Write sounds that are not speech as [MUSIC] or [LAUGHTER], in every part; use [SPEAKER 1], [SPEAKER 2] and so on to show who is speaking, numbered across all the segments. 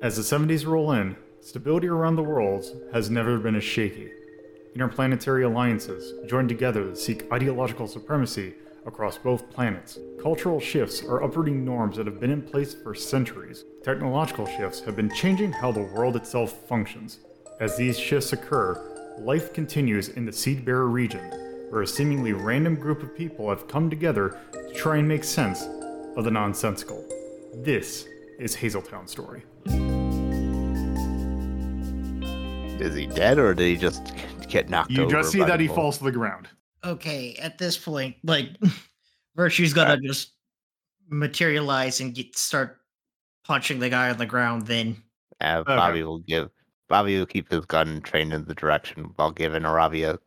[SPEAKER 1] As the 70s roll in, stability around the world has never been as shaky. Interplanetary alliances join together to seek ideological supremacy across both planets. Cultural shifts are uprooting norms that have been in place for centuries. Technological shifts have been changing how the world itself functions. As these shifts occur, life continues in the Seedbearer region, where a seemingly random group of people have come together to try and make sense of the nonsensical. This is Hazeltown Story.
[SPEAKER 2] Is he dead or did he just get knocked
[SPEAKER 1] You
[SPEAKER 2] over?
[SPEAKER 1] just see
[SPEAKER 2] by
[SPEAKER 1] that
[SPEAKER 2] the
[SPEAKER 1] he
[SPEAKER 2] ball?
[SPEAKER 1] falls to the ground.
[SPEAKER 3] okay, at this point, like [LAUGHS] Virtue's gonna just materialize and get start punching the guy on the ground then.
[SPEAKER 2] Uh,
[SPEAKER 1] Okay.
[SPEAKER 2] Bobby will give. Bobby will keep his gun trained in the direction while giving Arabi a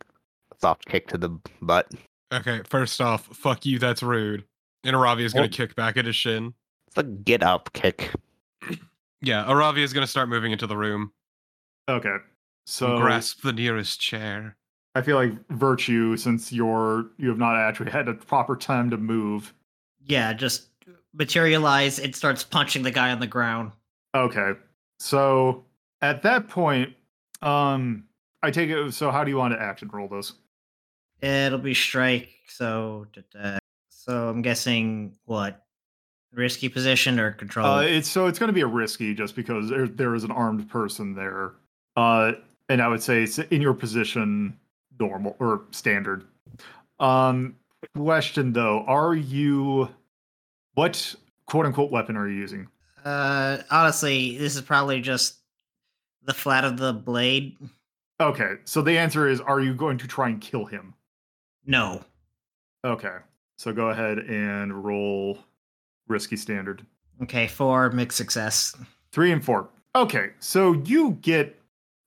[SPEAKER 2] soft kick to the butt.
[SPEAKER 4] Okay, first off, fuck you, that's rude. And Aravi is going
[SPEAKER 2] Oh.
[SPEAKER 4] to kick back at his shin.
[SPEAKER 2] It's a get up kick.
[SPEAKER 4] Yeah, Aravi is going to start moving into the room
[SPEAKER 1] Okay. So
[SPEAKER 4] and grasp the nearest chair.
[SPEAKER 1] I feel like virtue, since you're you have not actually had a proper time to move.
[SPEAKER 3] Yeah, just materialize and starts punching the guy on the ground.
[SPEAKER 1] Okay. So at that point, um I take it so how do you want to action roll this?
[SPEAKER 3] It'll be strike, so da-da. so I'm guessing what risky position or control.
[SPEAKER 1] Uh it's so it's gonna be a risky just because there there is an armed person there. Uh and I would say it's in your position normal or standard. Um question though, are you what quote unquote weapon are you using?
[SPEAKER 3] uh, honestly, this is probably just the flat of the blade.
[SPEAKER 1] Okay, so the answer is are you going to try and kill him?
[SPEAKER 3] No,
[SPEAKER 1] Okay. So go ahead and roll risky standard.
[SPEAKER 3] okay, four mixed success.
[SPEAKER 1] Three and four. Okay. So you get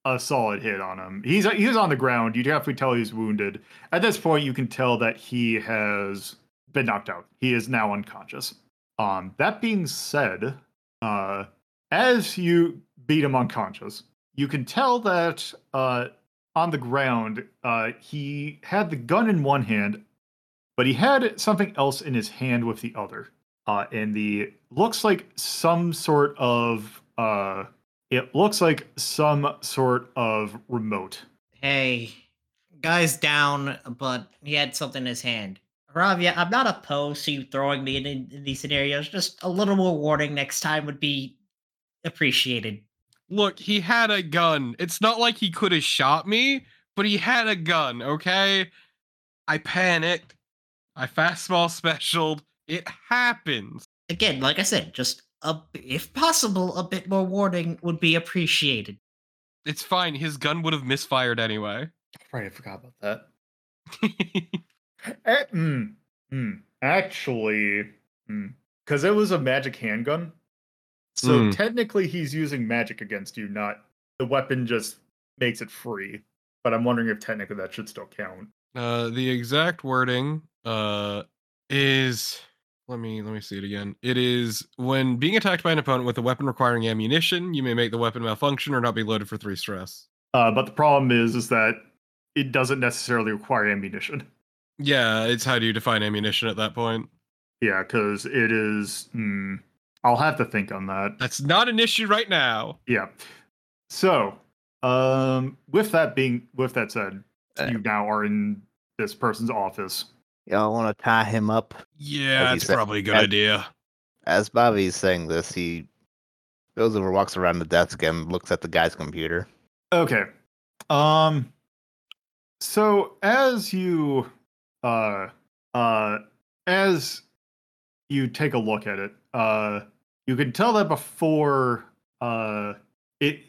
[SPEAKER 1] a solid hit on him. He's he's on the ground. You definitely tell he's wounded. At this point, you can tell that he has been knocked out. He is now unconscious. Um, that being said, uh, as you beat him unconscious, you can tell that uh, on the ground, uh, he had the gun in one hand, but he had something else in his hand with the other. Uh, and the looks like some sort of uh, it looks like some sort of remote.
[SPEAKER 3] Hey, guy's down, but he had something in his hand. Ravia, I'm not opposed to you throwing me in, in these scenarios. Just a little more warning next time would be appreciated.
[SPEAKER 4] Look, he had a gun. It's not like he could have shot me, but he had a gun, okay? I panicked. I fastball specialed. It happens.
[SPEAKER 3] Again, like I said, just a, b- if possible, a bit more warning would be appreciated.
[SPEAKER 4] It's fine. His gun would have misfired anyway. [LAUGHS]
[SPEAKER 1] Right, I forgot about that. mm, mm, actually, because it was a magic handgun, so
[SPEAKER 4] Mm.
[SPEAKER 1] technically he's using magic against you. Not the weapon just makes it free. But I'm wondering if technically that should still count.
[SPEAKER 4] Uh, the exact wording uh, is let me let me see it again. It is when being attacked by an opponent with a weapon requiring ammunition, you may make the weapon malfunction or not be loaded for three stress.
[SPEAKER 1] Uh, but the problem is, is that it doesn't necessarily require ammunition.
[SPEAKER 4] Yeah, it's how do you define ammunition at that point?
[SPEAKER 1] Yeah, because it is. Mm, I'll have to think on that.
[SPEAKER 4] That's not an issue right now.
[SPEAKER 1] Yeah. So, um, with that being, with that said,
[SPEAKER 2] Uh,
[SPEAKER 1] you now are in this person's office.
[SPEAKER 2] Y'all want to tie him up? As
[SPEAKER 4] Yeah,
[SPEAKER 2] you
[SPEAKER 4] that's
[SPEAKER 2] said-
[SPEAKER 4] probably a good
[SPEAKER 2] as-
[SPEAKER 4] idea.
[SPEAKER 2] As Bobby's saying this, he goes over, walks around the desk, and looks at the guy's computer.
[SPEAKER 1] Okay. Um. So as you, uh, uh, as you take a look at it, uh, you can tell that before, uh, it,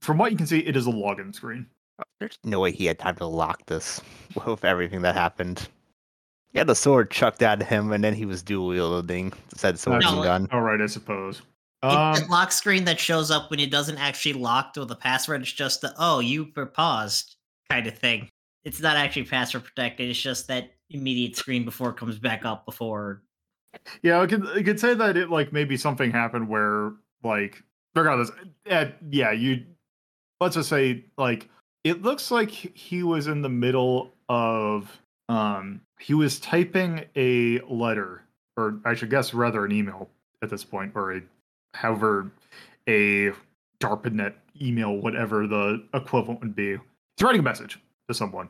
[SPEAKER 1] from what you can see, it is a login screen.
[SPEAKER 2] Oh, There's no way he had time to lock this [LAUGHS] with everything that happened. He had the sword chucked at him, and then he was dual wielding said sword
[SPEAKER 3] No.
[SPEAKER 2] and gun.
[SPEAKER 1] All right, I suppose.
[SPEAKER 3] it's
[SPEAKER 1] Um,
[SPEAKER 3] that lock screen that shows up when it doesn't actually lock with a password. It's just the oh you were paused kind of thing. It's not actually password protected. It's just that immediate screen before it comes back up before.
[SPEAKER 1] yeah, I could I could say that it like maybe something happened where like regardless, at, yeah, you let's just say like it looks like he was in the middle of um he was typing a letter or I should guess rather an email at this point or a however a DARPANET email, whatever the equivalent would be. He's writing a message to someone.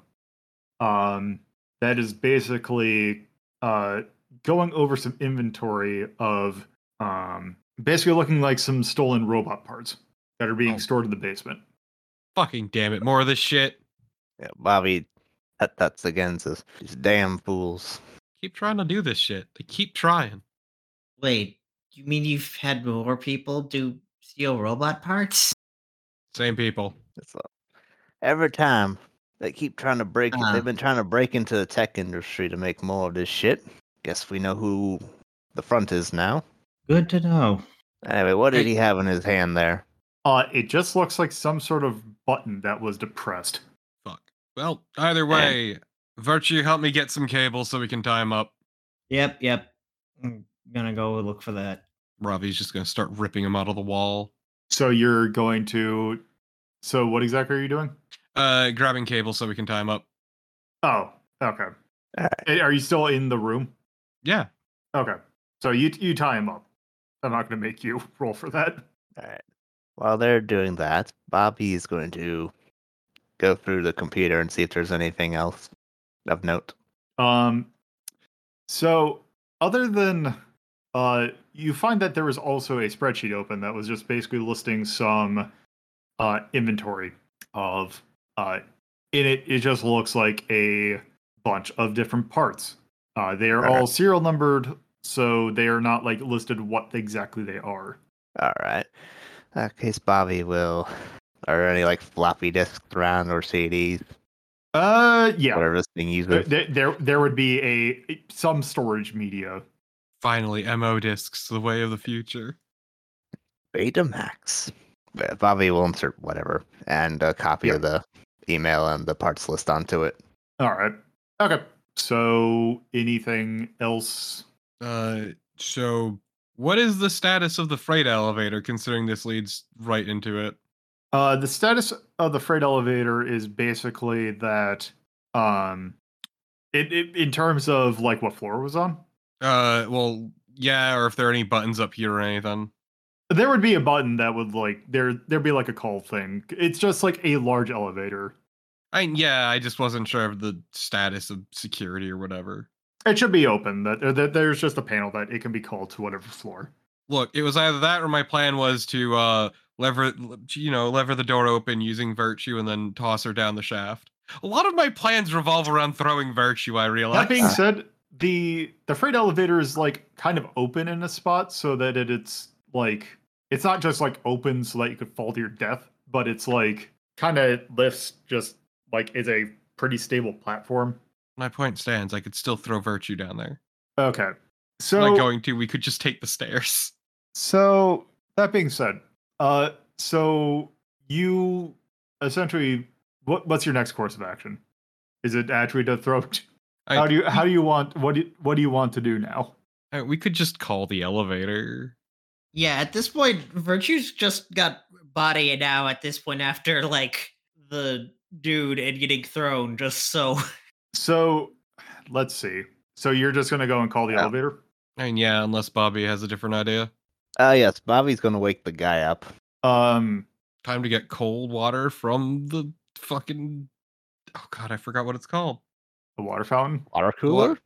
[SPEAKER 1] Um, that is basically uh, going over some inventory of um, basically looking like some stolen robot parts that are being
[SPEAKER 2] Oh.
[SPEAKER 1] stored in the basement.
[SPEAKER 4] Fucking damn it! More of this shit.
[SPEAKER 2] Yeah, Bobby, that, that's against us. These damn fools.
[SPEAKER 4] Keep trying to do this shit. They keep trying.
[SPEAKER 3] Wait, you mean you've had more people do steal robot parts?
[SPEAKER 4] Same people.
[SPEAKER 2] It's like, every time they keep trying to break.
[SPEAKER 3] Uh-huh.
[SPEAKER 2] They've been trying to break into the tech industry to make more of this shit. Guess we know who the front is now.
[SPEAKER 3] Good to know.
[SPEAKER 2] Anyway, what did
[SPEAKER 4] Hey.
[SPEAKER 2] he have in his hand there?
[SPEAKER 1] Uh, it just looks like some sort of button that was depressed.
[SPEAKER 4] Fuck. Well, either way, Virtue, help me get some cables so we can tie him up.
[SPEAKER 3] Yep, yep. I'm gonna go look for that.
[SPEAKER 4] Ravi's just gonna start ripping him out of the wall,
[SPEAKER 1] So you're going to. So what exactly are you doing?
[SPEAKER 4] uh, grabbing cables so we can tie him up.
[SPEAKER 1] Oh, okay.
[SPEAKER 2] All
[SPEAKER 1] Eh, Are you still in the room?
[SPEAKER 4] Yeah.
[SPEAKER 1] Okay. So you you tie him up. I'm not going to make you [LAUGHS] roll for that.
[SPEAKER 2] All right. While they're doing that, Bobby is going to go through the computer and see if there's anything else of note.
[SPEAKER 1] Um, so other than uh, you find that there was also a spreadsheet open that was just basically listing some uh, inventory of uh, in it. It just looks like a bunch of different parts. Uh, they are
[SPEAKER 2] Okay.
[SPEAKER 1] all serial numbered, so they are not like listed what exactly they are.
[SPEAKER 2] All right. In that case, Bobby will. Are there any like floppy disks around or CDs?
[SPEAKER 1] Uh, yeah.
[SPEAKER 2] Whatever this thing
[SPEAKER 1] There,
[SPEAKER 2] uses.
[SPEAKER 1] there, there- there would be a some storage media.
[SPEAKER 4] Finally, MO discs, the way of the future.
[SPEAKER 2] Betamax. But Bobby will insert whatever and a copy of the email and the parts list onto it.
[SPEAKER 1] All right. Okay. So anything else
[SPEAKER 4] Uh, so what is the status of the freight elevator? Considering this leads right into it.
[SPEAKER 1] Uh, the status of the freight elevator is basically that, um, it, it in terms of like what floor it was on,
[SPEAKER 4] Uh, well, yeah, or if there are any buttons up here or anything.
[SPEAKER 1] there would be a button that would like there there'd be like a call thing. It's just like a large elevator.
[SPEAKER 4] I yeah, I just wasn't sure of the status of security or whatever.
[SPEAKER 1] It should be open. That there- there- there's just a panel that it can be called to whatever floor.
[SPEAKER 4] Look, it was either that or my plan was to uh lever l- you know, lever the door open using virtue and then toss her down the shaft. A lot of my plans revolve around throwing virtue, I realize.
[SPEAKER 1] That being said, the the freight elevator is like kind of open in a spot so that it, it's like it's not just like open so that you could fall to your death, but it's like kind of lifts just like is a pretty stable platform.
[SPEAKER 4] my point stands, I could still throw virtue down there.
[SPEAKER 1] Okay.
[SPEAKER 4] I'm
[SPEAKER 1] So
[SPEAKER 4] not going to, we could just take the stairs. [LAUGHS]
[SPEAKER 1] so that being said, uh so you essentially what what's your next course of action? Is it actually to throw
[SPEAKER 4] I-
[SPEAKER 1] how do you how do you want what do you, what do you want to do now?
[SPEAKER 4] Uh, we could just call the elevator.
[SPEAKER 3] Yeah, at this point, Virtue's just got body now at this point after like the dude and getting thrown just so [LAUGHS]
[SPEAKER 1] So let's see. So you're just gonna go and call the
[SPEAKER 2] Yeah.
[SPEAKER 1] elevator?
[SPEAKER 4] I mean, yeah, unless Bobby has a different idea.
[SPEAKER 2] Oh, yes. Bobby's going to wake the guy up.
[SPEAKER 1] Um
[SPEAKER 4] Time to get cold water from the fucking. Oh god, I forgot what it's called.
[SPEAKER 1] the water fountain.
[SPEAKER 2] Water
[SPEAKER 4] The wa-
[SPEAKER 2] cooler?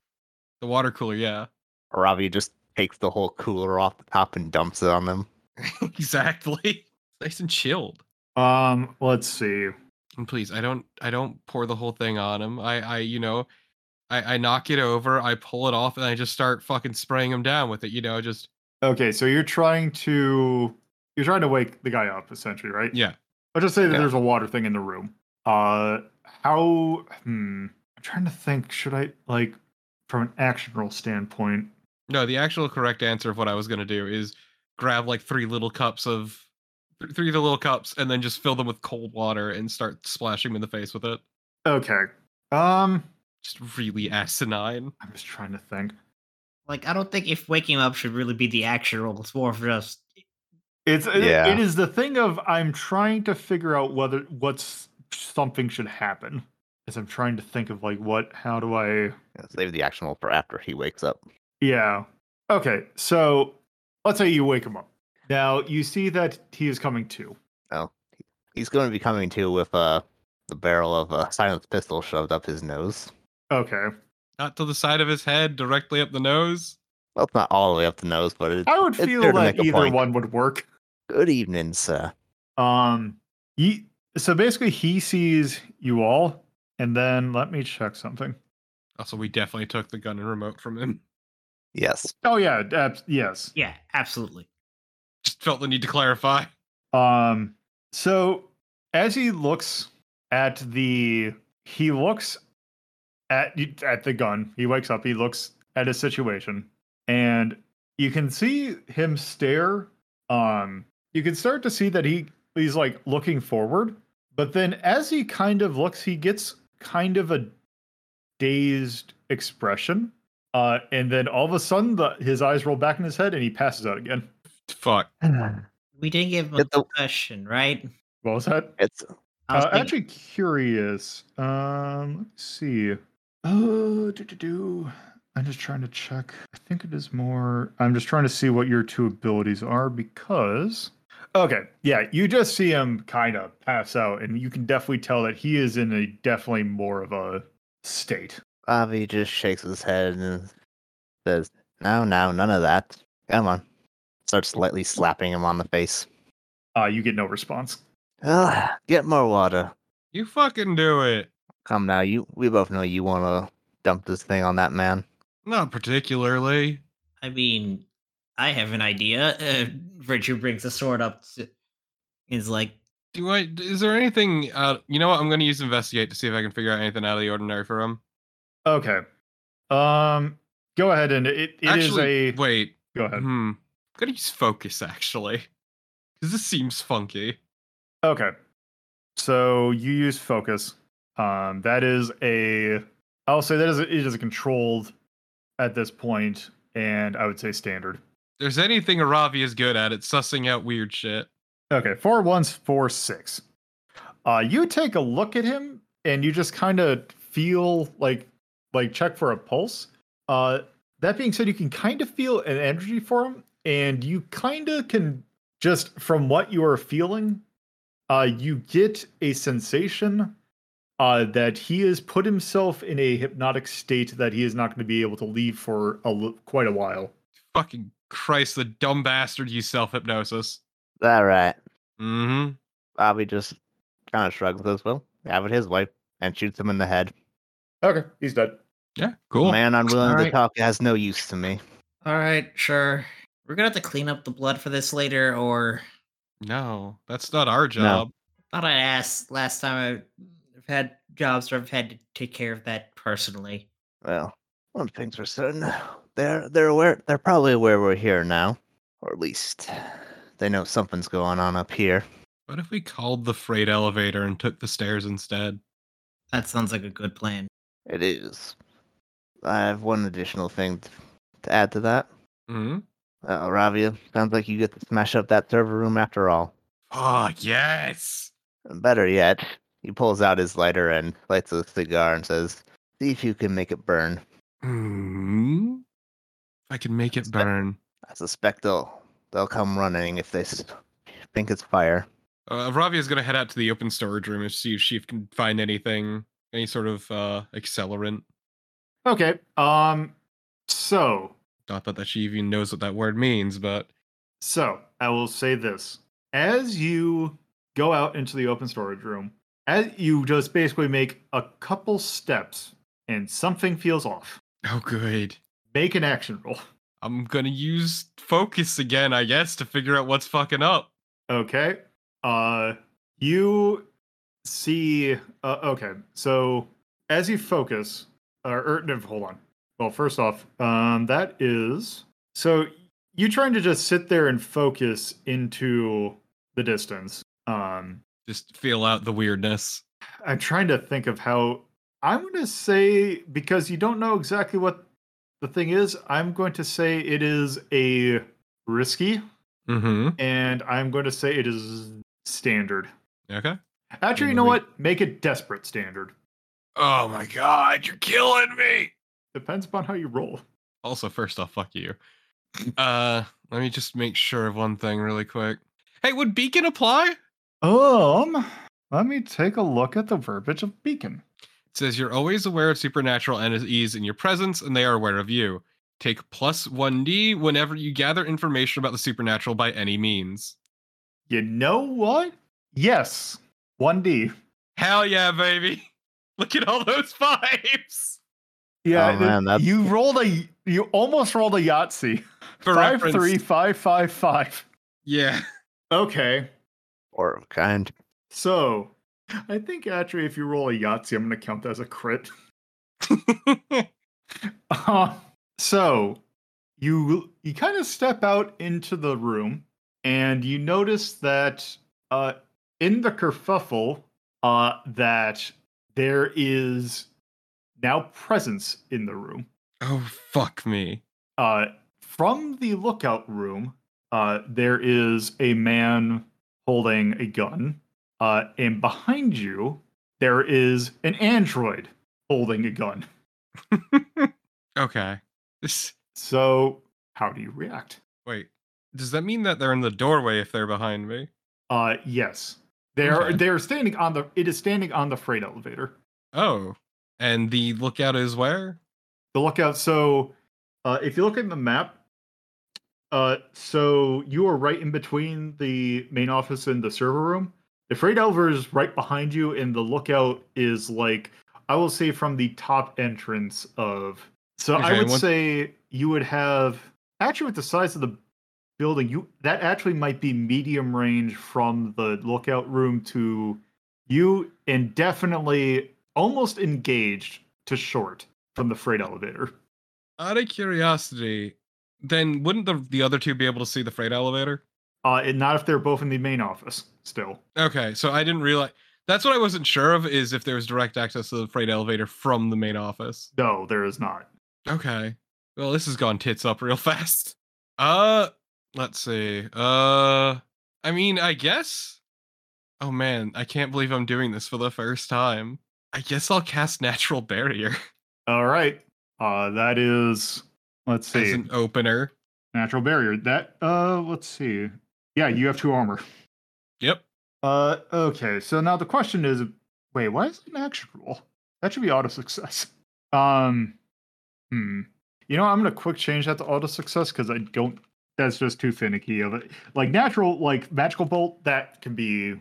[SPEAKER 4] The water cooler, yeah. [LAUGHS]
[SPEAKER 2] Robbie just takes the whole cooler off the top and dumps it on them.
[SPEAKER 4] exactly. [LAUGHS] Nice and chilled.
[SPEAKER 1] Um, let's see.
[SPEAKER 4] And "Mm, please, I don't I don't pour the whole thing on him. I I you know, I I knock it over, I pull it off and I just start fucking spraying him down with it, you know, just
[SPEAKER 1] Okay, so you're trying to you're trying to wake the guy up, essentially, right?
[SPEAKER 4] yeah.
[SPEAKER 1] I'll just say that
[SPEAKER 2] Yeah.
[SPEAKER 1] there's a water thing in the room. Uh how hmm I'm trying to think, should I like from an action roll standpoint?
[SPEAKER 4] No, the actual correct answer of what I was going to do is grab like three little cups of th- three of the little cups and then just fill them with cold water and start splashing him in the face with it.
[SPEAKER 1] Okay. Um
[SPEAKER 4] Just really asinine.
[SPEAKER 1] I'm just trying to think.
[SPEAKER 3] like I don't think if waking up should really be the action role. It's more of just
[SPEAKER 1] It's it-
[SPEAKER 2] Yeah.
[SPEAKER 1] it is the thing of I'm trying to figure out whether what's something should happen. As I'm trying to think of like what how do I
[SPEAKER 2] Save the action roll for after he wakes up.
[SPEAKER 1] Yeah. Okay, so let's say you wake him up. Now you see that he is coming to.
[SPEAKER 2] He's going to be coming to with uh the barrel of a silenced pistol shoved up his nose.
[SPEAKER 1] Okay.
[SPEAKER 4] Not to the side of his head, directly up the nose.
[SPEAKER 2] Well, it's not all the way up the nose, but it's
[SPEAKER 1] I would
[SPEAKER 2] It's there
[SPEAKER 1] feel
[SPEAKER 2] to
[SPEAKER 1] that
[SPEAKER 2] make a
[SPEAKER 1] either
[SPEAKER 2] point.
[SPEAKER 1] one would work.
[SPEAKER 2] good evening, sir.
[SPEAKER 1] Um, ye so basically he sees you all, and then let me check something.
[SPEAKER 4] Also, we definitely took the gun and remote from him. [LAUGHS]
[SPEAKER 1] [SIGHS]
[SPEAKER 2] Yes.
[SPEAKER 1] Oh yeah, ab- yes.
[SPEAKER 3] Yeah, absolutely.
[SPEAKER 4] Just felt the need to clarify.
[SPEAKER 1] Um, so as he looks at the, he looks at at the gun. He wakes up. He looks at his situation, and you can see him stare. Um, you can start to see that he he's like looking forward, but then as he kind of looks, he gets kind of a dazed expression. Uh, and then all of a sudden, the, his eyes roll back in his head, and he passes out again.
[SPEAKER 4] Fuck.
[SPEAKER 3] We didn't give him a
[SPEAKER 2] Get the-
[SPEAKER 3] question, right?
[SPEAKER 1] What was that?
[SPEAKER 2] It's
[SPEAKER 3] I
[SPEAKER 1] Uh,
[SPEAKER 3] was thinking-
[SPEAKER 1] actually curious. Um, let's see. Oh, do do do. I'm just trying to check. I think it is more. I'm just trying to see what your two abilities are because. Okay, yeah, you just see him kind of pass out, and you can definitely tell that he is in a definitely more of a state.
[SPEAKER 2] Avi just shakes his head and says, "No, no, none of that. Come on." Starts lightly slapping him on the face.
[SPEAKER 1] Uh, you get no response.
[SPEAKER 2] Ugh, get more water.
[SPEAKER 4] You fucking do it.
[SPEAKER 2] Come now, you. We both know you want to dump this thing on that man.
[SPEAKER 4] Not particularly.
[SPEAKER 3] I mean, I have an idea. Uh, Virtue brings a sword up. To, is like,
[SPEAKER 4] Do I? Is there anything? Uh, you know what? I'm gonna use investigate to see if I can figure out anything out of the ordinary for him.
[SPEAKER 1] Okay. Um, go ahead and it, it is
[SPEAKER 4] actually,
[SPEAKER 1] a uh,
[SPEAKER 4] wait.
[SPEAKER 1] go ahead.
[SPEAKER 4] Hmm. I'm gonna use focus actually, because this seems funky.
[SPEAKER 1] Okay. So you use focus. Um, that is a. I'll say that is a, it is a controlled at this point, and I would say standard.
[SPEAKER 4] There's anything Aravi is good at? It's sussing out weird shit.
[SPEAKER 1] Okay, four ones, four six. Uh, you take a look at him, and you just kind of feel like like check for a pulse. Uh, that being said, you can kind of feel an energy for him, and you kind of can just from what you are feeling, uh, you get a sensation uh, that he has put himself in a hypnotic state that he is not going to be able to leave for a, l- quite a while.
[SPEAKER 4] Fucking Christ, the dumb bastard used self hypnosis.
[SPEAKER 2] All right.
[SPEAKER 4] Mm-hmm.
[SPEAKER 2] Avi just kind of shrugs and says, "Well, have it his way," and shoots him in the head.
[SPEAKER 1] Okay, he's dead.
[SPEAKER 4] Yeah. Cool.
[SPEAKER 2] Man unwilling to
[SPEAKER 3] Alright.
[SPEAKER 2] talk has no use to me.
[SPEAKER 3] all right, sure. We're gonna have to clean up the blood for this later, or
[SPEAKER 4] No, that's not our job.
[SPEAKER 3] thought I'd ask last time I've had jobs where I've had to take care of that personally.
[SPEAKER 2] Well, one thing's for certain. They're they're aware they're probably aware we're here now. Or at least they know something's going on up here.
[SPEAKER 4] What if we called the freight elevator and took the stairs instead?
[SPEAKER 3] That sounds like a good plan.
[SPEAKER 2] It is. I have one additional thing t- to add to that.
[SPEAKER 4] Mm-hmm.
[SPEAKER 2] Uh, Ravia, sounds like you get to smash up that server room after all.
[SPEAKER 4] Fuck yes.
[SPEAKER 2] And Better yet, he pulls out his lighter and lights a cigar and says, "See if you can make it burn."
[SPEAKER 4] Mm-hmm. I can make it
[SPEAKER 2] Spe-
[SPEAKER 4] burn.
[SPEAKER 2] I suspect they'll they'll come running if they s- think it's fire.
[SPEAKER 4] Uh, Ravi is going to head out to the open storage room and see if she can find anything, any sort of uh, accelerant.
[SPEAKER 1] Okay. Um. So
[SPEAKER 4] Not that, that she even knows what that word means, but [LAUGHS]
[SPEAKER 1] So I will say this: as you go out into the open storage room, as you just basically make a couple steps, and something feels off.
[SPEAKER 4] oh, good.
[SPEAKER 1] Make an action roll. [LAUGHS]
[SPEAKER 4] I'm going to use focus again, I guess, to figure out what's fucking up.
[SPEAKER 1] Okay. Uh, you see. Uh, okay. So as you focus, or, or no, hold on. Well, first off, um, that is so you trying to just sit there and focus into the distance. Um,
[SPEAKER 4] Just feel out the weirdness.
[SPEAKER 1] I'm trying to think of how I'm going to say because you don't know exactly what the thing is. I'm going to say it is a risky,
[SPEAKER 4] Mm
[SPEAKER 1] and I'm going to say it is standard.
[SPEAKER 4] hmm. Okay.
[SPEAKER 1] Actually, you know
[SPEAKER 4] Maybe.
[SPEAKER 1] what? Make it desperate standard.
[SPEAKER 4] Oh my god, you're killing me.
[SPEAKER 1] Depends upon how you roll.
[SPEAKER 4] Also, first off, fuck you. Uh, let me just make sure of one thing really quick. Hey, would beacon apply?
[SPEAKER 1] Um, let me take a look at the verbiage of beacon.
[SPEAKER 4] It says you're always aware of supernatural entities in your presence, and they are aware of you. Take plus one D whenever you gather information about the supernatural by any means.
[SPEAKER 1] You know what? Yes, one D.
[SPEAKER 4] Hell yeah, baby! [LAUGHS] Look at all those fives.
[SPEAKER 1] Yeah,
[SPEAKER 2] Oh,
[SPEAKER 1] it-
[SPEAKER 2] man, that's-
[SPEAKER 1] you rolled a, you almost rolled a Yahtzee.
[SPEAKER 4] For
[SPEAKER 1] five
[SPEAKER 4] reference,
[SPEAKER 1] three five five five.
[SPEAKER 4] yeah.
[SPEAKER 1] Okay,
[SPEAKER 2] Or kind.
[SPEAKER 1] so I think actually, if you roll a Yahtzee, I'm gonna count that as a crit. [LAUGHS] Uh, so you you kind of step out into the room and you notice that uh, in the kerfuffle uh, that there is now presence in the room.
[SPEAKER 4] Oh fuck me.
[SPEAKER 1] Uh, from the lookout room, uh, there is a man holding a gun, uh, and behind you there is an android holding a gun.
[SPEAKER 4] Okay. This
[SPEAKER 1] So how do you react?
[SPEAKER 4] wait. Does that mean that they're in the doorway if they're behind me?
[SPEAKER 1] Uh, yes. They are.
[SPEAKER 4] Okay.
[SPEAKER 1] They are standing on the. It is standing on the freight elevator.
[SPEAKER 4] Oh. And the lookout is where?
[SPEAKER 1] The lookout. So, uh, if you look at the map, uh, so you are right in between the main office and the server room. The freight elevator is right behind you, and the lookout is like I will say from the top entrance of. So I
[SPEAKER 4] Okay,
[SPEAKER 1] would
[SPEAKER 4] one-
[SPEAKER 1] say you would have actually with the size of the building, you that actually might be medium range from the lookout room to you, and definitely almost engaged to short from the freight elevator.
[SPEAKER 4] Out of curiosity, then wouldn't the the other two be able to see the freight elevator?
[SPEAKER 1] Uh, and not if they're both in the main office still.
[SPEAKER 4] Okay, so I didn't realize that's what I wasn't sure of is if there was direct access to the freight elevator from the main office.
[SPEAKER 1] No, there is not.
[SPEAKER 4] Okay. Well, this has gone tits up real [LAUGHS] fast. Uh, let's see. Uh, I mean, I guess. Oh man, I can't believe I'm doing this for the first time. I guess I'll cast Natural Barrier [LAUGHS]
[SPEAKER 1] All right. Uh, that is let's
[SPEAKER 4] as
[SPEAKER 1] see
[SPEAKER 4] an opener.
[SPEAKER 1] natural barrier. That uh, let's see. Yeah, you have two armor.
[SPEAKER 4] Yep.
[SPEAKER 1] Uh, okay. So now the question is, wait, why is it an action roll? That should be auto success. [LAUGHS] Um, hmm. You know, I'm gonna quick change that to auto success because I don't. That's just too finicky of it. Like natural, like magical bolt, that can be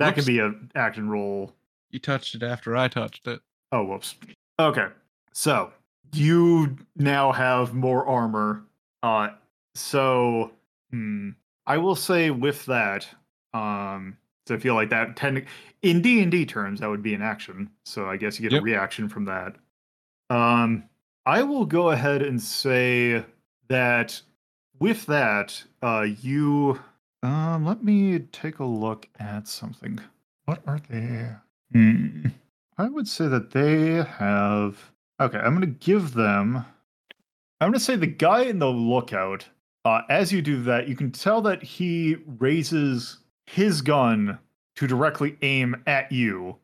[SPEAKER 1] that can
[SPEAKER 4] Whoops.
[SPEAKER 1] be an action roll.
[SPEAKER 4] You touched it after I touched it.
[SPEAKER 1] Oh, whoops. Okay. So you now have more armor. Uh, so hmm, I will say with that, um, so I feel like that ten in D and D terms that would be an action. So I guess you get
[SPEAKER 4] Yep.
[SPEAKER 1] a reaction from that. Um, I will go ahead and say that with that, uh, you. Um, let me take a look at something. What are they? Hmm. I would say that they have. Okay, I'm going to give them. I'm going to say the guy in the lookout. Uh, as you do that, you can tell that he raises his gun to directly aim at you.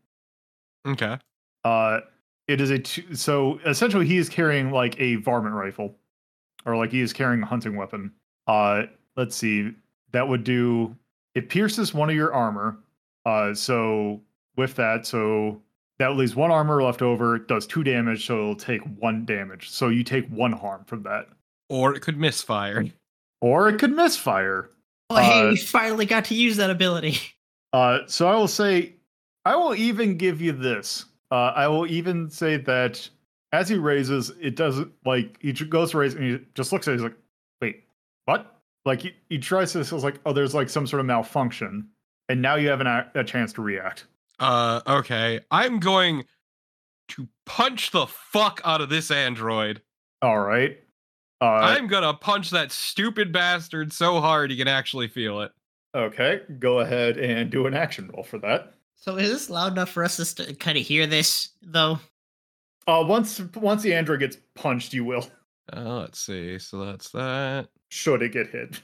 [SPEAKER 4] Okay.
[SPEAKER 1] Uh, it is a two, so essentially he is carrying like a varmint rifle, or like he is carrying a hunting weapon. Uh, let's see, that would do. It pierces one of your armor. Uh, so with that, so that leaves one armor left over. It does two damage, so it'll take one damage. So you take one harm from that,
[SPEAKER 4] Or it could misfire.
[SPEAKER 1] or it could misfire.
[SPEAKER 3] Oh, hey,
[SPEAKER 1] Uh,
[SPEAKER 3] we finally got to use that ability. [LAUGHS]
[SPEAKER 1] Uh, so I will say, I will even give you this. Uh, I will even say that as he raises, it doesn't like he ju- goes to raise and he just looks at it. He's like, wait, what? Like he, he tries this. It's like, oh, there's like some sort of malfunction, and now you have an, a a chance to react.
[SPEAKER 4] Uh, okay. I'm going to punch the fuck out of this android.
[SPEAKER 1] All right. Uh,
[SPEAKER 4] I'm gonna punch that stupid bastard so hard you can actually feel it.
[SPEAKER 1] okay. Go ahead and do an action roll for that.
[SPEAKER 3] So is this loud enough for us to st- kind of hear this though?
[SPEAKER 1] Uh, once once the android gets punched, you will. [LAUGHS]
[SPEAKER 4] Uh, let's see. So that's that.
[SPEAKER 1] Should it get hit?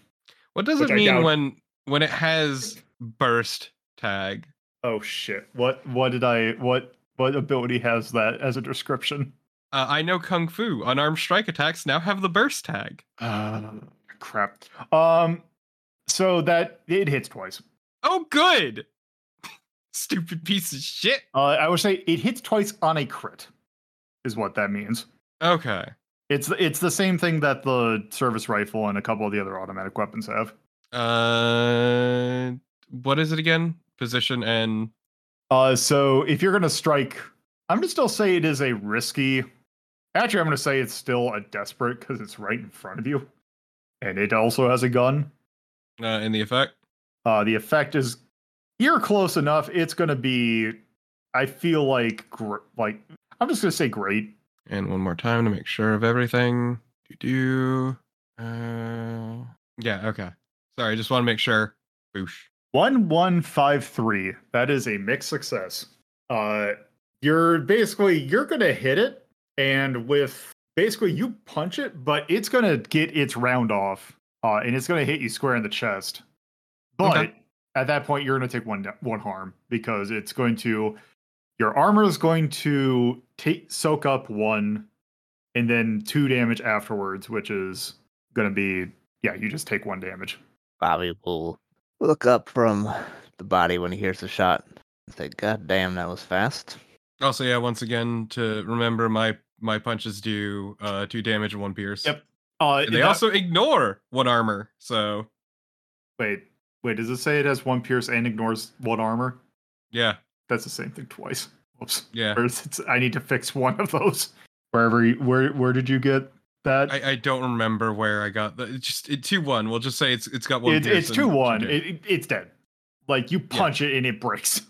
[SPEAKER 4] What does
[SPEAKER 1] Which
[SPEAKER 4] it
[SPEAKER 1] I
[SPEAKER 4] mean
[SPEAKER 1] doubt.
[SPEAKER 4] when when it has burst tag?
[SPEAKER 1] Oh shit! What what did I what what ability has that as a description?
[SPEAKER 4] Uh, I know kung fu. Unarmed strike attacks now have the burst tag.
[SPEAKER 1] Uh, crap. Um, so that it hits twice.
[SPEAKER 4] Oh, good. [LAUGHS] Stupid piece of shit.
[SPEAKER 1] Uh, I would say it hits twice on a crit, is what that means.
[SPEAKER 4] Okay.
[SPEAKER 1] It's it's the same thing that the service rifle and a couple of the other automatic weapons have.
[SPEAKER 4] Uh, what is it again? Position and
[SPEAKER 1] Uh, so if you're gonna strike, I'm gonna still say it is a risky. Actually, I'm gonna say it's still a desperate because it's right in front of you, and it also has a gun.
[SPEAKER 4] uh, and the effect.
[SPEAKER 1] Uh, the effect is you're close enough. It's gonna be. I feel like gr- like I'm just gonna say great.
[SPEAKER 4] And one more time to make sure of everything. Do do. Uh, yeah. Okay. Sorry. I just want to make sure. Boosh.
[SPEAKER 1] One one five three. That is a mixed success. Uh, you're basically you're gonna hit it, and with basically you punch it, but it's gonna get its round off, uh, and it's gonna hit you square in the chest. But
[SPEAKER 4] Okay.
[SPEAKER 1] at that point, you're gonna take one da- one harm because it's going to your armor is going to take soak up one, and then two damage afterwards, which is gonna be yeah, you just take one damage.
[SPEAKER 2] Bobby will look up from the body when he hears the shot and say, God damn, that was fast.
[SPEAKER 4] Also, yeah. Once again, to remember my my punches do uh two damage and one pierce.
[SPEAKER 1] Yep. Uh,
[SPEAKER 4] And they
[SPEAKER 1] that-
[SPEAKER 4] also ignore one armor. So
[SPEAKER 1] Wait, wait, does it say it has one pierce and ignores one armor?
[SPEAKER 4] yeah,
[SPEAKER 1] That's the same thing twice. Whoops.
[SPEAKER 4] yeah.
[SPEAKER 1] Or is it- I need to fix one of those. Wherever you, where where did you get that?
[SPEAKER 4] I, I don't remember where I got that. It's just it, two one. We'll just say it's it's got one.
[SPEAKER 1] It-
[SPEAKER 4] pierce
[SPEAKER 1] it's
[SPEAKER 4] and
[SPEAKER 1] two one.
[SPEAKER 4] damage.
[SPEAKER 1] It, it- it's dead. Like you punch it and it
[SPEAKER 4] [LAUGHS]
[SPEAKER 1] breaks.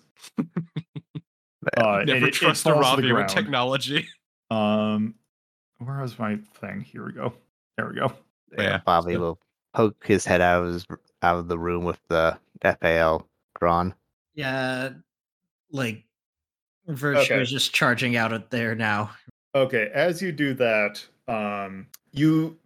[SPEAKER 1] uh, and
[SPEAKER 4] Never
[SPEAKER 1] it- it
[SPEAKER 4] trust a
[SPEAKER 1] falls to the
[SPEAKER 4] Ravi with
[SPEAKER 1] ground. [LAUGHS]
[SPEAKER 4] technology.
[SPEAKER 1] Um, where was my thing? Here we go. There we go.
[SPEAKER 2] Yeah,
[SPEAKER 4] Yeah,
[SPEAKER 2] Bobby
[SPEAKER 4] so-
[SPEAKER 2] will poke his head out of his r- out of the room with the FAL drawn.
[SPEAKER 3] Yeah, like Virtue
[SPEAKER 1] Okay.
[SPEAKER 3] is just charging out at there now.
[SPEAKER 1] Okay, as you do that, um, you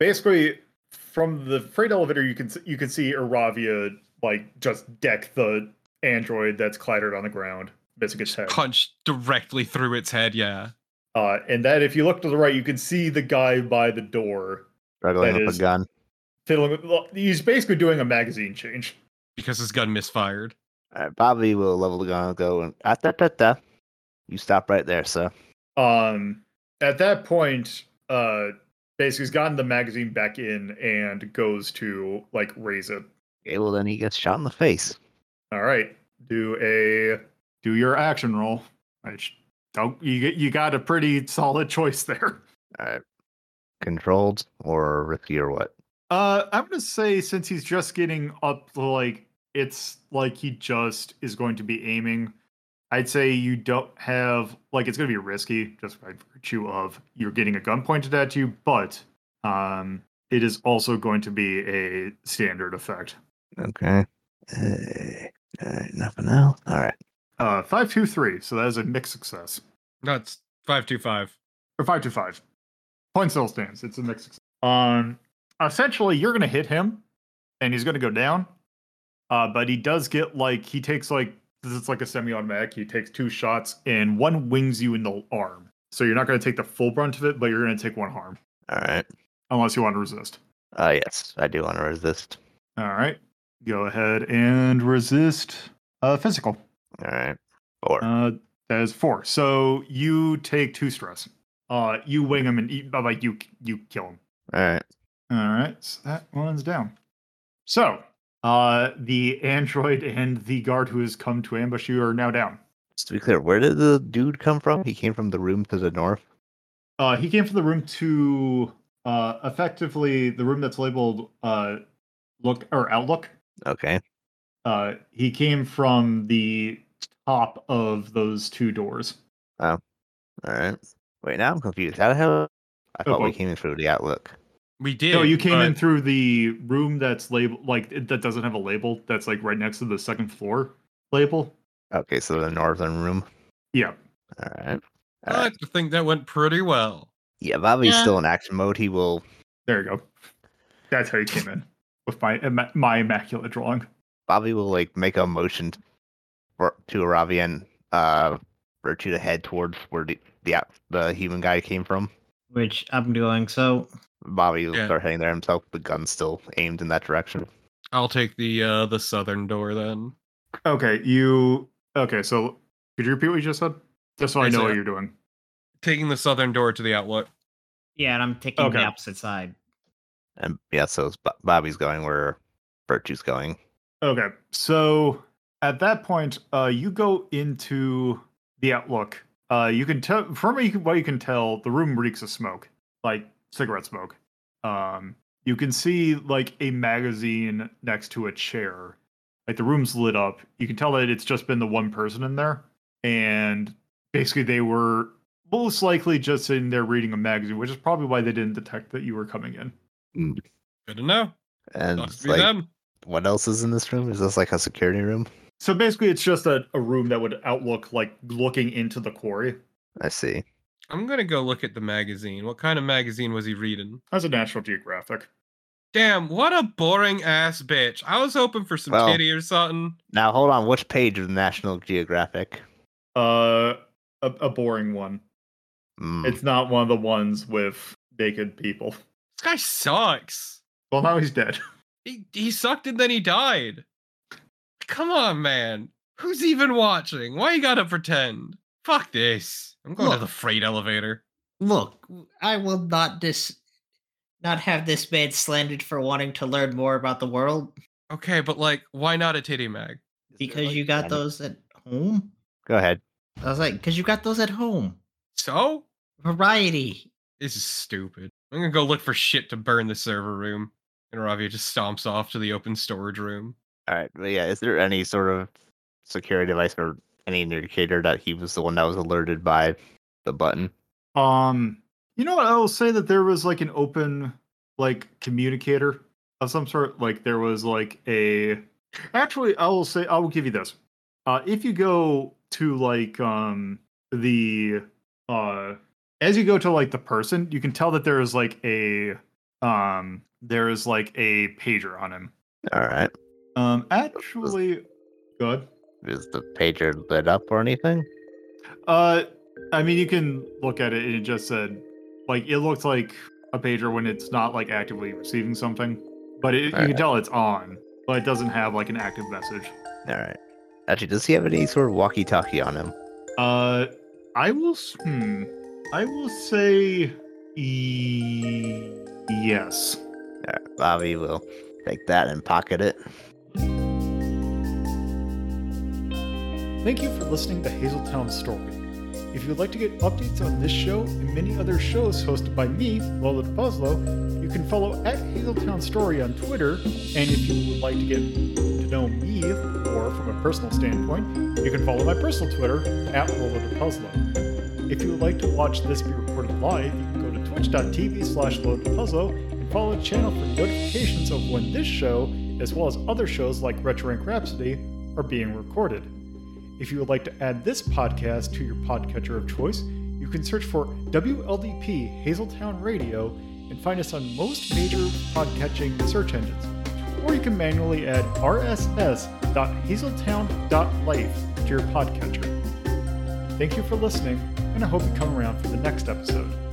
[SPEAKER 1] basically from the freight elevator, you can s- you can see Aravia like just deck the android that's clattered on the ground, missing its head.
[SPEAKER 4] Punch directly through its head. Yeah.
[SPEAKER 1] Uh, and then if you look to the right, you can see the guy by the door
[SPEAKER 2] Struggling
[SPEAKER 1] That
[SPEAKER 2] with
[SPEAKER 1] is-
[SPEAKER 2] a gun.
[SPEAKER 1] fiddling with. well, He's basically doing a magazine change.
[SPEAKER 4] because his gun misfired.
[SPEAKER 2] All right, Uh, Bobby will level the gun and go and ah, da, da, da. You stop right there, sir.
[SPEAKER 1] Um, at that point, uh, basically, he's gotten the magazine back in and goes to like raise it.
[SPEAKER 2] Okay, well then he gets shot in the face.
[SPEAKER 1] All right, do a do your action roll. I sh- don't you get you got a pretty solid [LAUGHS] choice there.
[SPEAKER 2] Controlled or risky or what?
[SPEAKER 1] Uh, I'm gonna say since he's just getting up, to, like it's like he just is going to be aiming. I'd say you don't have like it's gonna be risky just by virtue of you're getting a gun pointed at you, but um, it is also going to be a standard effect.
[SPEAKER 2] Okay. Uh, uh, nothing else. All right.
[SPEAKER 1] Uh, five two three, so that is a mixed success.
[SPEAKER 4] That's five two five.
[SPEAKER 1] or five to five. Point still stands. It's a mix. Um, essentially, you're gonna hit him, and he's gonna go down. Uh, but he does get like he takes like this is like a semi-automatic. He takes two shots, and one wings you in the arm. So you're not gonna take the full brunt of it, but you're gonna take one harm
[SPEAKER 2] All right.
[SPEAKER 1] unless you want to resist.
[SPEAKER 2] Uh, yes, I do want to resist.
[SPEAKER 1] All right, go ahead and resist. Uh, physical.
[SPEAKER 2] All right. Four.
[SPEAKER 1] Uh, that is four. So you take two stress. Uh, you wing him and eat, like you you kill him.
[SPEAKER 2] All right.
[SPEAKER 1] All right, so that one's down. So, uh, the android and the guard who has come to ambush you are now down.
[SPEAKER 2] Just to be clear, where did the dude come from? He came from the room to the north.
[SPEAKER 1] Uh, he came from the room to uh, effectively the room that's labeled uh, look or outlook.
[SPEAKER 2] Okay.
[SPEAKER 1] Uh, he came from the top of those two doors.
[SPEAKER 2] All right. Wait, now I'm confused. How the hell? I thought we
[SPEAKER 1] both.
[SPEAKER 2] came in through the outlook.
[SPEAKER 4] We did.
[SPEAKER 1] no, you came in
[SPEAKER 4] but
[SPEAKER 1] through the room that's labeled like it- that doesn't have a label. That's like right next to the second floor label.
[SPEAKER 2] Okay, so the northern room.
[SPEAKER 1] Yeah.
[SPEAKER 2] All right. All
[SPEAKER 4] I
[SPEAKER 2] right.
[SPEAKER 4] like to think that went pretty well.
[SPEAKER 2] Yeah, Bobby's
[SPEAKER 3] Yeah.
[SPEAKER 2] still in action mode. He will.
[SPEAKER 1] There you go. That's how you came in with my imma- my immaculate drawing.
[SPEAKER 2] Bobby will like make a motion for, to Aravi and uh, Virtue to head towards where the the, out- the human guy came from.
[SPEAKER 3] Which I'm doing. So
[SPEAKER 2] Bobby will
[SPEAKER 4] Yeah.
[SPEAKER 2] start heading there himself. The gun's still aimed in that direction.
[SPEAKER 4] I'll take the uh the southern door then.
[SPEAKER 1] Okay, you Okay, so could you repeat what you just said? Just so I
[SPEAKER 4] Yes,
[SPEAKER 1] know
[SPEAKER 4] I-
[SPEAKER 1] what you're doing.
[SPEAKER 4] Taking the southern door to the outlet.
[SPEAKER 3] Yeah, and I'm taking
[SPEAKER 1] Okay.
[SPEAKER 3] the opposite side.
[SPEAKER 2] And yeah, so it's Bo- Bobby's going where Virtue's going.
[SPEAKER 1] Okay, so at that point, uh, you go into the outlook. Uh, you can tell from what you can- what you can tell, the room reeks of smoke, like cigarette smoke. Um, you can see like a magazine next to a chair. Like the room's lit up. You can tell that it's just been the one person in there, and basically they were most likely just sitting there reading a magazine, which is probably why they didn't detect that you were coming in.
[SPEAKER 4] Good to know.
[SPEAKER 2] And
[SPEAKER 4] Must
[SPEAKER 2] it's
[SPEAKER 4] be
[SPEAKER 2] like,
[SPEAKER 4] them.
[SPEAKER 2] what else is in this room? Is this like a security room?
[SPEAKER 1] So basically, it's just a, a room that would outlook like looking into the quarry.
[SPEAKER 2] I see.
[SPEAKER 4] I'm gonna go look at the magazine. What kind of magazine was he reading?
[SPEAKER 1] That's a National Geographic.
[SPEAKER 4] Damn, what a boring ass bitch. I was hoping for some
[SPEAKER 2] Well-
[SPEAKER 4] titty or something.
[SPEAKER 2] Now hold on, which page of the National Geographic?
[SPEAKER 1] Uh, a, a boring one.
[SPEAKER 2] Mm,
[SPEAKER 1] It's not one of the ones with naked people. [LAUGHS]
[SPEAKER 4] This guy sucks.
[SPEAKER 1] Well, now he's dead.
[SPEAKER 4] He he sucked and then he died. Come on, man. Who's even watching? Why you gotta pretend? Fuck this. I'm going
[SPEAKER 3] Look.
[SPEAKER 4] to the freight elevator.
[SPEAKER 3] Look, I will not dis not have this man slandered for wanting to learn more about the world
[SPEAKER 4] Okay, but like, why not a titty mag?
[SPEAKER 3] because you got
[SPEAKER 2] Damn it.
[SPEAKER 3] those at home.
[SPEAKER 2] Go ahead.
[SPEAKER 3] I was like, because you got those at home.
[SPEAKER 4] So?
[SPEAKER 3] Variety.
[SPEAKER 4] This is stupid. I'm gonna go look for shit to burn the server room. And Ravia just stomps off to the open storage room.
[SPEAKER 2] All right, but yeah, is there any sort of security device or any indicator that he was the one that was alerted by the button?
[SPEAKER 1] Um, you know what? I will say that there was like an open, like communicator of some sort. Like there was like a. Actually, I will say I will give you this. Uh, if you go to like um the uh as you go to like the person, you can tell that there is like a um there is like a pager on him.
[SPEAKER 2] All right,
[SPEAKER 1] Um, actually, good.
[SPEAKER 2] is the pager lit up or anything?
[SPEAKER 1] Uh, I mean, you can look at it, and it just said, like, it looked like a pager when it's not like actively receiving something, but it, you can
[SPEAKER 2] Alright.
[SPEAKER 1] tell it's on, but it doesn't have like an active message.
[SPEAKER 2] All right. Actually, does he have any sort of walkie-talkie on him?
[SPEAKER 1] Uh, I will. s- Hmm. I will say e- yes.
[SPEAKER 2] All right, Bobby will take that and pocket it.
[SPEAKER 1] Thank you for listening to Hazeltown Story. If you'd like to get updates on this show and many other shows hosted by me, Lola DePuzlo, you can follow at Hazeltown Story on Twitter. And if you would like to get to know me, or from a personal standpoint, you can follow my personal Twitter at Lola DePuzlo. If you would like to watch this be recorded live, you can go to twitch.tv slash Lola DePuzlo and follow the channel for notifications of when this show, as well as other shows like Retro Ink Rhapsody, are being recorded. If you would like to add this podcast to your podcatcher of choice, you can search for WLDP Hazeltown Radio and find us on most major podcatching search engines. Or you can manually add rss.hazeltown.life to your podcatcher. Thank you for listening, and I hope you come around for the next episode.